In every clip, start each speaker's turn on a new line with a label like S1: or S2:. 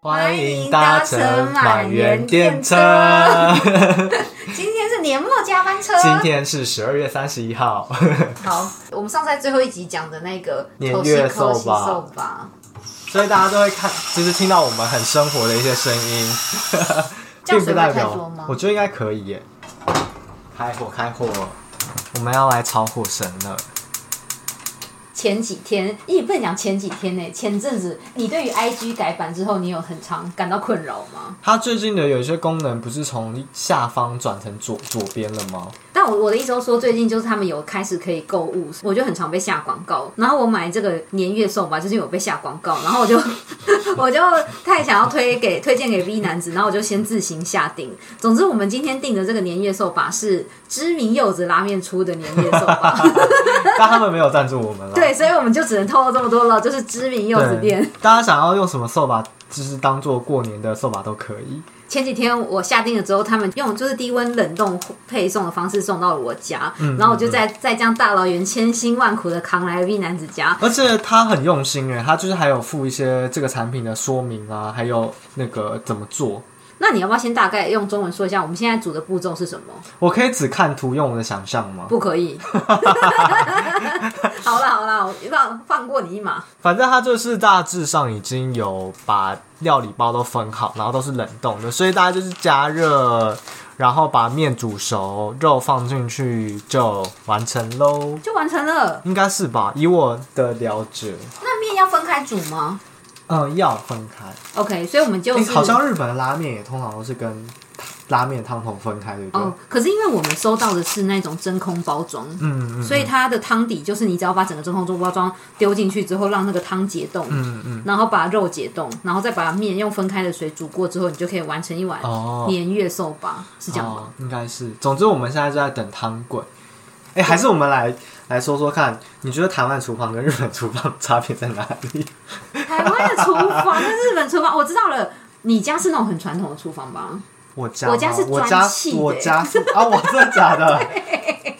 S1: 欢迎搭乘满园电车。
S2: 今天是年末加班车。
S1: 今天是十二月三十一号，
S2: 好，我们上在最后一集讲的那个
S1: 年
S2: 头
S1: 月
S2: 西扣
S1: 寿
S2: 西
S1: 吧
S2: 寿吧，
S1: 所以大家都会看，就是听到我们很生活的一些声 音，
S2: 这
S1: 并
S2: 样
S1: 不
S2: 水
S1: 代
S2: 会太
S1: 表
S2: 多吗
S1: 我觉得应该可以耶。开火，开火！我们要来炒火神了。
S2: 前几天，也不能讲前几天呢、前阵子你对于 IG 改版之后，你有很常感到困扰吗？
S1: 它最近的有一些功能不是从下方转成左左边了 吗？
S2: 但我我的意思就是说，最近就是他们有开始可以购物，我就很常被下广告。然后我买这个年月寿吧，最近有被下广告，然后我就 我就太想要推给推荐给 V 男子，然后我就先自行下定。总之，我们今天订的这个年月寿吧是知名柚子拉面出的年月寿吧，
S1: 但他们没有赞助我们了。
S2: 对，所以我们就只能透露这么多了，就是知名柚
S1: 对，
S2: 子店。
S1: 大家想要用什么扫把，就是当做过年的扫把都可以。
S2: 前几天我下定了之后，他们用就是低温冷冻配送的方式送到了我家，
S1: 嗯
S2: 然后我就在在这样大老远千辛万苦的扛来 V 男子家，
S1: 而且他很用心欸诶，他就是还有附一些这个产品的说明啊，还有那个怎么做。
S2: 那你要不要先大概用中文说一下我们现在煮的步骤是什么？
S1: 我可以只看图用我的想象吗？
S2: 不 可以。好啦好啦，我放放过你一马。
S1: 反正它就是大致上已经有把料理包都分好，然后都是冷冻的，所以大家就是加热，然后把面煮熟，肉放进去就完成喽。
S2: 就完成了。
S1: 应该是吧？以我的了解，
S2: 那面要分开煮吗
S1: 嗯，要分开。
S2: ？OK，所以我们就
S1: 欸
S2: 是、
S1: 好像日本的拉面也通常都是跟拉面汤头分开，对不对？
S2: 哦，可是因为我们收到的是那种真空包装，
S1: 嗯嗯
S2: 所以它的汤底就是你只要把整个真空包装丢进去之后，让那个汤解冻，
S1: 嗯嗯，
S2: 然后把肉解冻，然后再把面用分开的水煮过之后，你就可以完成一碗
S1: 哦
S2: 年月寿吧？是这样吗？
S1: 哦应该是。总之，我们现在就在等汤滚。哎、还是我们来来说说看，你觉得台湾厨房跟日本厨房差别在哪里？
S2: 台湾的厨房跟日本厨房，我知道了。你家是那种很传统的厨房吧？
S1: 我家
S2: 我
S1: 我
S2: 家是
S1: 我
S2: 砖
S1: 家
S2: 砌的
S1: 我家是啊，我真 的假的？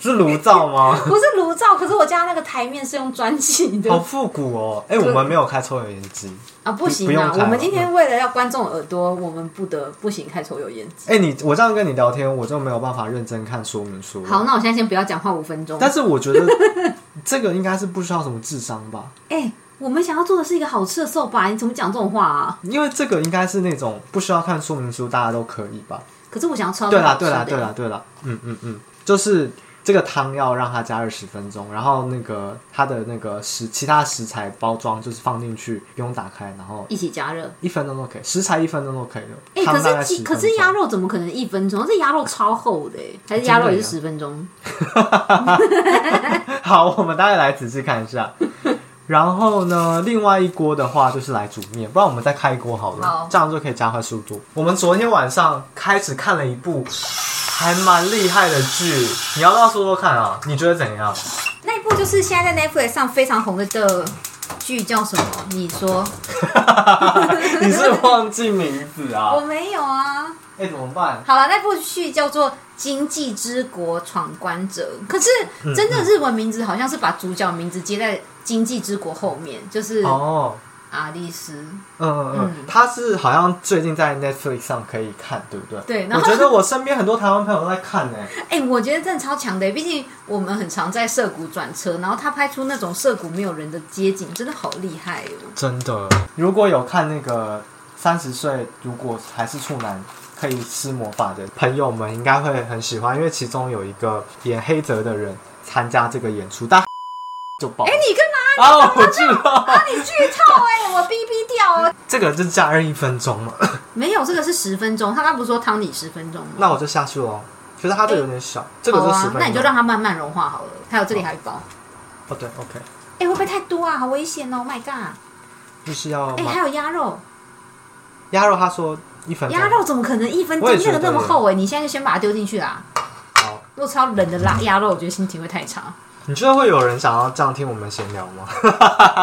S1: 是炉灶吗？
S2: 不是炉灶，可是我家那个台面是用砖砌的、
S1: 好复古哦！哎、我们没有开抽油烟机。
S2: 啊，不
S1: 不
S2: 行
S1: 用
S2: 啊！
S1: 开
S2: 我们
S1: 了嗯
S2: 今天为了要观众耳朵，我们不得不行开抽油烟机。
S1: 哎、你我这样跟你聊天，我就没有办法认真看说明书。
S2: 好，那我现在先不要讲话五分钟。
S1: 但是我觉得 这个应该是不需要什么智商吧，
S2: 哎、我们想要做的是一个好吃的寿吧？你怎么讲这种话啊？
S1: 因为这个应该是那种不需要看说明书，大家都可以吧？
S2: 可是我想要吃到
S1: 对
S2: 好
S1: 啦，
S2: 吃的
S1: 对啦，对啦，对啦，嗯嗯嗯，就是这个汤要让它加二十分钟，然后那个它的那个食其他食材包装就是放进去，不用打开，然后
S2: 一起加热。
S1: 一分钟都可以，食材一分钟都可以
S2: 哎、
S1: 了。汤大
S2: 可
S1: 概
S2: 是
S1: 十
S2: 鸡可是鸭
S1: 分钟
S2: 肉怎么可能一分钟？这鸭肉超厚的、欸，还是鸭肉也是十
S1: 真
S2: 分钟？
S1: 好，我们大概来仔细看一下。然后呢，另外一锅的话就是来煮面，不然我们再开一锅好了，
S2: 好
S1: 这样就可以加快速度。我们昨天晚上开始看了一部还蛮厉害的剧，你要不要说说看啊？你觉得怎样？
S2: 那一部就是现在在 Netflix 上非常红的的剧叫什么？你说？
S1: 你是忘记名字
S2: 我
S1: 啊？
S2: 没有啊。
S1: 哎、怎么办？
S2: 好了，那部剧叫做《经济之国闯关者》，可是
S1: 嗯
S2: 真正日文名字好像是把主角名字接在《经济之国》后面，就是
S1: 哦，
S2: 阿丽丝。
S1: 嗯嗯嗯，他是好像最近在 Netflix 上可以看，对不对？
S2: 对然
S1: 我
S2: 后
S1: 觉得我身边很多台湾朋友都在看呢、
S2: 哎、我觉得真的超强的，毕竟我们很常在涩谷转车，然后他拍出那种涩谷没有人的街景，真的好厉害哦。
S1: 真的，如果有看那个三十岁如果还是处男可以施魔法的朋友们，应该会很喜欢，因为其中有一个演黑泽的人参加这个演出， 但就爆了
S2: 哎、你干嘛？
S1: 啊！我知道，
S2: 你剧 透哎、我逼逼掉哦。
S1: 这个就是加热一分钟嘛，
S2: 没有，这个是十分钟，他刚不是说汤底十分钟吗？
S1: 那我就下去了。可是它这个有点小，这个
S2: 好
S1: 就十
S2: 啊
S1: 分，钟。
S2: 那你就让它慢慢融化好了。还有这里还有一包，
S1: 哦对，OK，
S2: 哎、会不会太多啊？好危险哦，My God！
S1: 就是要
S2: 哎、
S1: 买
S2: 还有鸭肉，
S1: 鸭肉，他说一分钟
S2: 鸭肉怎么可能一分钟
S1: 我也
S2: 那
S1: 觉
S2: 个
S1: 得
S2: 那么厚哎、你现在就先把它丢进去啦。
S1: 好。
S2: 如果超冷的拉鸭肉，我觉得心情会太差。
S1: 你觉得会有人想要这样听我们闲聊吗？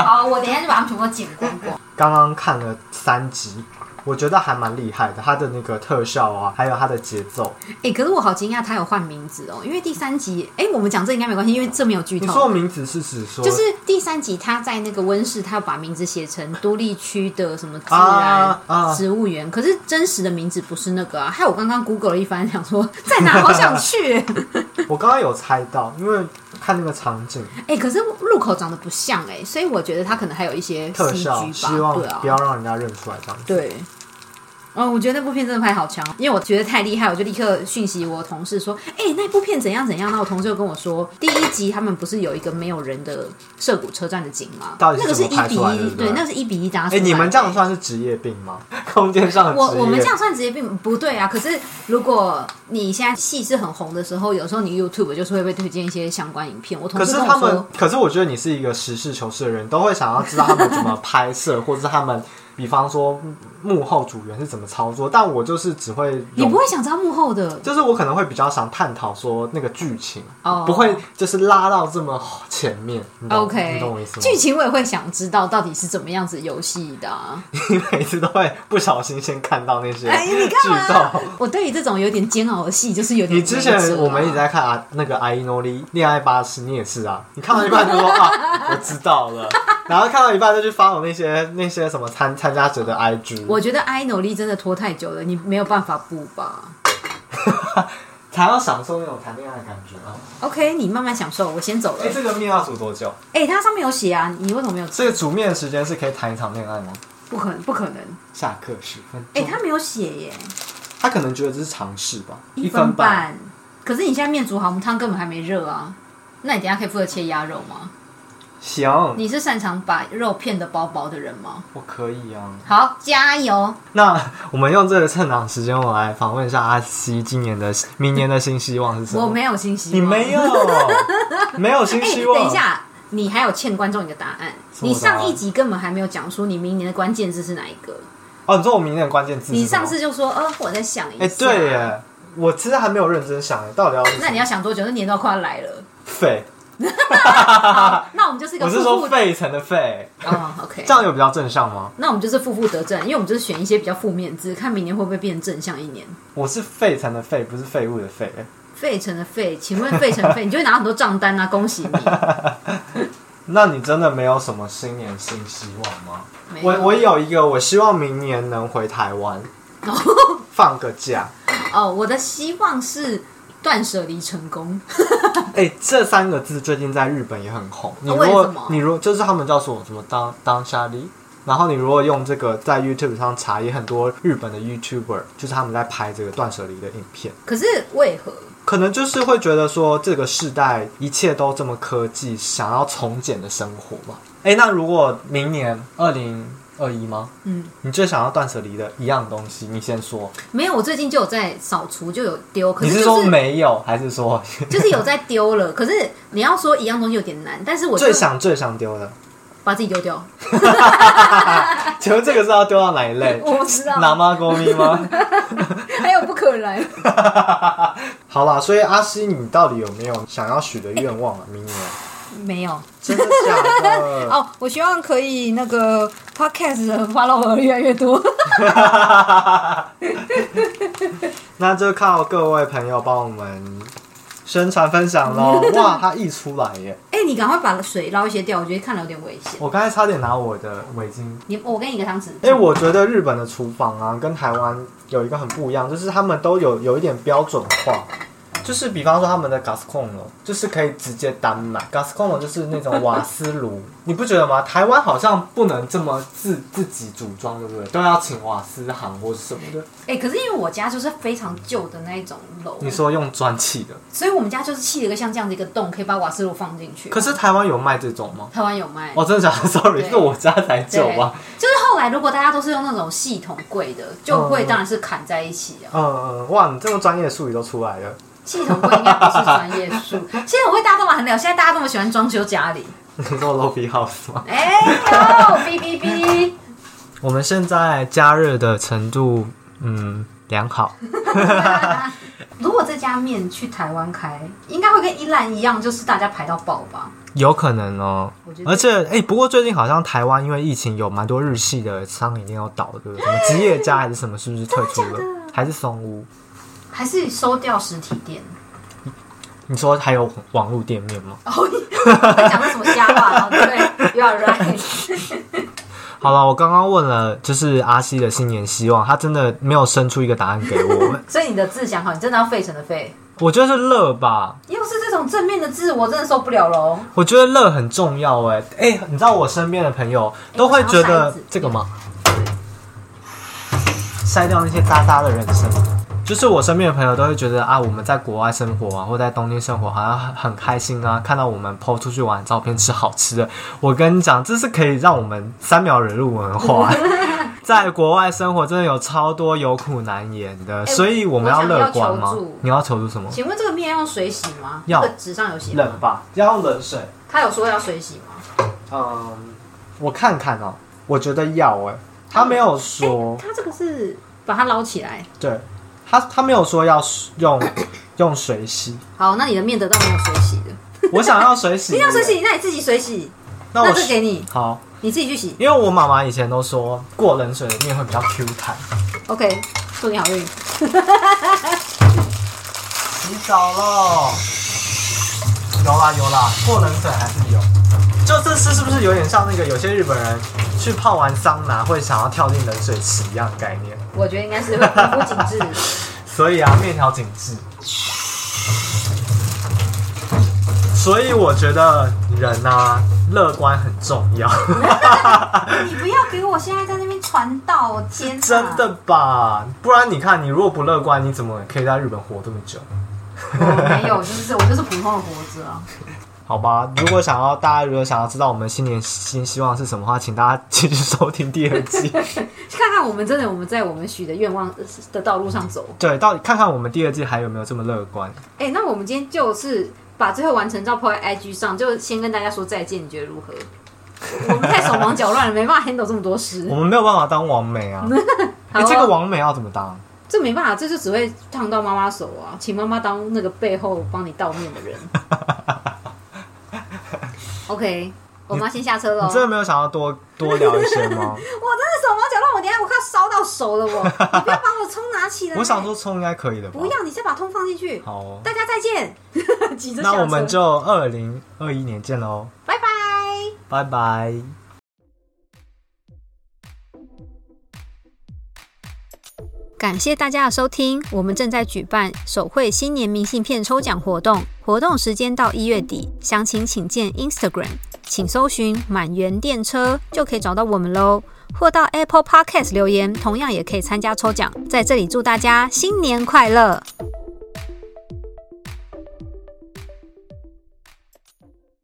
S2: 好，我等一下就把它们全部剪光光。
S1: 刚刚看了三集，我觉得还蛮厉害的，它的那个特效啊，还有它的节奏。
S2: 哎、可是我好惊讶，他有换名字哦，因为第三集，哎、我们讲这应该没关系，因为这没有剧
S1: 你说
S2: 透。
S1: 名字是指说
S2: 就是第三集，他在那个温室，他把名字写成都立区的什么自然
S1: 啊啊
S2: 植物园，可是真实的名字不是那个啊。害我刚刚 Google 了一番，想说 在哪，好 想去。
S1: 我刚刚有猜到，因为看那个场景
S2: 哎、可是入口长得不像哎、所以我觉得他可能还有一些
S1: 特效，
S2: CG
S1: 希
S2: 吧，
S1: 望
S2: 对啊
S1: 不，要让人家认出来这样子。
S2: 对。哦，我觉得那部片真的拍好强，因为我觉得太厉害，我就立刻讯息我同事说：“哎、那部片怎样怎样？”那我同事就跟我说，第一集他们不是有一个没有人的涉谷车站的景吗？
S1: 到底
S2: 那个
S1: 是
S2: 是
S1: 怎么
S2: 一
S1: 拍
S2: 比
S1: 出来的
S2: 一，
S1: 对不
S2: 对，
S1: 对
S2: 那个是一比一搭出
S1: 哎、
S2: 来的。
S1: 你们这样算是职业病吗？ 空间上的职业
S2: 我我们这样算职业病不对啊。可是如果你现在戏是很红的时候，有时候你 YouTube 就是会被推荐一些相关影片。我同
S1: 可
S2: 事
S1: 是
S2: 跟
S1: 他
S2: 我
S1: 们
S2: 说，，
S1: 可是我觉得你是一个实事求是的人，都会想要知道他们怎么拍摄，或者是他们，比方说幕后组员是怎么操作。但我就是只会
S2: 你
S1: 有
S2: 不，会想知道幕后的
S1: 就是我可能会比较想探讨说那个剧情，
S2: 哦，
S1: 不会就是拉到这么前面。你懂
S2: OK，
S1: 你懂我意思吗？
S2: 剧情我也会想知道到底是怎么样子游戏的、啊。
S1: 你每次都会不小心先看到那些
S2: 哎，你
S1: 剧
S2: 干
S1: 照
S2: 嘛。？我对于这种有点煎熬的戏，就是有点、
S1: 你之前我们一直，在看啊，那个《阿依诺莉恋爱巴士》，你也是啊，你看到一半就说啊，我知道了，然后看到一半就去发我那些那些什么参参加者的 IG，
S2: 我觉得艾努力真的拖太久了，你没有办法补吧
S1: 才要享受那种谈恋爱的感觉啊！
S2: ？OK，你慢慢享受，我先走了
S1: 哎、。这个面要煮多久？
S2: 哎、它上面有写啊，你为什么没有？
S1: 这个煮面的时间是可以谈一场恋爱吗？
S2: 不可能，不可能！
S1: 下课十分
S2: 哎、
S1: 钟。
S2: 它没有写耶，
S1: 他可能觉得这是尝试吧，
S2: 一
S1: 分
S2: 分。半。可是你现在面煮好，我们汤根本还没热啊。那你等一下可以负责切鸭肉吗？
S1: 行，
S2: 你是擅长把肉片的薄薄的人吗？
S1: 我可以啊。
S2: 好，加油！
S1: 那我们用这个趁档时间，我来访问一下阿西今年的明年的新希望是什么？
S2: 我没有信息，哦
S1: 你没 有，没有新
S2: 哎、
S1: 希望。
S2: 等一下，你还有欠观众一个答案。
S1: 什么答案
S2: 你上一集根本还没有讲出你明年的关键字是哪一个。
S1: 哦，你说我明年的关键字是什么？
S2: 你上次就说，呃，我在想一下。
S1: 哎、对。耶，我其实还没有认真想，到底要
S2: 那你要想多久？那年都要快要来了。
S1: 废，
S2: 好，那我们就是一个
S1: 啊我是
S2: 负
S1: 说
S2: 负
S1: 费城的费，
S2: 哦，OK
S1: 这。样有比较正向吗？
S2: 那我们就是负负得正，因为我们就是选一些比较负面字，看明年会不会变正向一年。
S1: 我是费城的费，不是废物的废。
S2: 费城的费，请问费城 费，你就会拿很多账单啊！恭喜你。
S1: 那你真的没有什么新年新希望吗？
S2: 没有
S1: 我我有一个，我希望明年能回台 湾放个假。
S2: 哦，我的希望是断舍离成功。
S1: 哎、这三个字最近在日本也很红。你如
S2: 哦为什
S1: 果
S2: 么
S1: 你如果就是他们叫什么什么当当沙利，然后你如果用这个在 YouTube 上查，也很多日本的 YouTuber 就是他们在拍这个断舍离的影片。
S2: 可是为何？
S1: 可能就是会觉得说，这个世代一切都这么科技，想要从简的生活嘛。哎、那如果明年二零二一吗？
S2: 嗯，
S1: 你最想要断舍离的一样东西，你先说。
S2: 没有，我最近就有在扫除，就有丢。可
S1: 你
S2: 就是
S1: 说没有，还是说
S2: 就是有在丢了，可是你要说一样东西有点难，但是我就
S1: 最想最想丢的？
S2: 把自己丢掉，
S1: 请问这个是要丢到哪一类？
S2: 我不知
S1: 拿
S2: 道，
S1: 妈公咪吗？
S2: 还有不可来。
S1: 好啦，所以阿西，你到底有没有想要许的愿望啊？明年
S2: 没有
S1: 真的假的？
S2: 哦，我希望可以那个 podcast 的 follower 越来越多。
S1: 那就靠各位朋友帮我们宣传分享 喽！哇，它溢出来耶！
S2: 哎、你赶快把水捞一些掉，我觉得看了有点危险。
S1: 我刚才差点拿我的围巾。
S2: 你，我给你一个汤匙。
S1: 哎、我觉得日本的厨房啊，跟台湾有一个很不一样，就是他们都有有一点标准化。就是比方说他们的 gas c o n 就是可以直接单买 gas c o n 就是那种瓦斯炉，你不觉得吗？台湾好像不能这么自自己组装，对不对？都要请瓦斯行或是什么的。
S2: 哎、可是因为我家就是非常旧的那一种楼，
S1: 你说用砖砌的，
S2: 所以我们家就是砌了一个像这样的一个洞，可以把瓦斯炉放进去。
S1: 可是台湾有卖这种吗？
S2: 台湾有卖。
S1: 哦，真的 假的？Sorry，
S2: 对
S1: 是我家才旧
S2: 对
S1: 吧？，
S2: 就是后来如果大家都是用那种系统柜的，就柜当然是砍在一起啊。
S1: 嗯嗯，哇，你这么专业的术语都出来了。
S2: 系统柜应该不是专业术， 系统柜大家都玩很了，现在大家那么喜欢装修家里。
S1: 你说 lobby house 吗？
S2: 哎呦，哔哔哔！
S1: 我们现在加热的程度，嗯，良 好。
S2: 如果这家面去台湾开，应该会跟宜兰一样，就是大家排到爆吧？
S1: 有可能哦
S2: 我觉。得
S1: 而且，哎、不过最近好像台湾因为疫情有蛮多日系的商饮店要倒，对不对？ 什么吉野家还是什么，是不是退出了？还是松屋？
S2: 还是收掉实体店？
S1: 你说还有网络店面吗？
S2: 哦，会讲的什么瞎话哦？对，You are right。
S1: 好了，我刚刚问了，就是阿西的新年希望，他真的没有生出一个答案给我。
S2: 所以你的字想好，你真的要费城的费。
S1: 我觉得是乐吧，
S2: 又是这种正面的字，我真的受不了喽。
S1: 我觉得乐很重要哎、哎、你知道我身边的朋友都会觉
S2: 哎我想要筛
S1: 得
S2: 子
S1: 这个吗？筛掉那些渣渣的人生，就是我身边的朋友都会觉得啊，我们在国外生活啊，或在东京生活好像很很开心啊，看到我们 PO 出去玩的照片吃好吃的，我跟你讲，这是可以让我们三秒人入文 化。在国外生活真的有超多有苦难言的，所以我们
S2: 哎我想要
S1: 乐观吗
S2: 求助？
S1: 你要求助什么？
S2: 请问这个面要用水洗吗？
S1: 要
S2: 这个纸上有写
S1: 冷
S2: 吗？
S1: 吧，要用冷水。
S2: 他有说要水洗吗？
S1: 嗯，我看看哦，我觉得要哎、他没有说，
S2: 他这个是把它捞起来。
S1: 对他他没有说要用 用水洗，
S2: 好，那你的面得到没有水洗的？
S1: 我想要水 洗，
S2: 你要水，洗，那你自己水洗，
S1: 那我
S2: 那这给你
S1: 好，
S2: 你自己去洗。
S1: 因为我妈妈以前都说过冷水的面会比较 Q 弹。
S2: OK，祝你好运。
S1: 洗澡喽，有啦有啦，过冷水还是有。就这次是不是有点像那个有些日本人去泡完桑拿会想要跳进冷水池一样的概念？
S2: 我觉得应该是会皮肤紧 致。
S1: 所以啊，面条紧致。所以我觉得人啊，乐观很重要，
S2: 你不要给我现在在那边传道，我天！
S1: 真，的吧？不然你看，你如果不乐观，你怎么可以在日本活这么久？
S2: 我没有，就是我就是普通的活着啊。
S1: 好吧，如果想要大家如果想要知道我们新年新希望是什么的话，请大家继续收听第二 季。
S2: 看看我们真的我们在我们许的愿望呃的道路上走。
S1: 对，到底看看我们第二季还有没有这么乐观？
S2: 哎、那我们今天就是把最后完成照 po 在 IG 上，就先跟大家说再见，你觉得 如何？我们太手忙脚乱了，没办法 handle 这么多事
S1: 我。们没有办法当王美 啊！
S2: 嗯好
S1: 哎、
S2: 啊哦
S1: 这个王美要怎么当？
S2: 这没办法，这就只会烫到妈妈手啊！请妈妈当那个背后帮你倒面的 人。OK，我妈先下车喽。
S1: 你真的没有想要多多聊一些吗？
S2: 我真的手忙脚乱，我等一下我快要烧到手了我， 你不要把我葱拿起来。
S1: 我想说葱应该可以的吧？
S2: 不要，你再把葱放进去。
S1: 好哦、
S2: 大家再见， 急着下
S1: 那
S2: 车
S1: 我们就二零二一年见喽，
S2: 拜拜。
S1: 拜拜。
S2: 感谢大家的收听，我们正在举办手绘新年明信片抽奖活动，活动时间到一月底，详情请见 Instagram，请搜寻“满园电车”就可以找到我们喽。或到 Apple Podcast 留言，同样也可以参加抽奖。在这里祝大家新年快乐！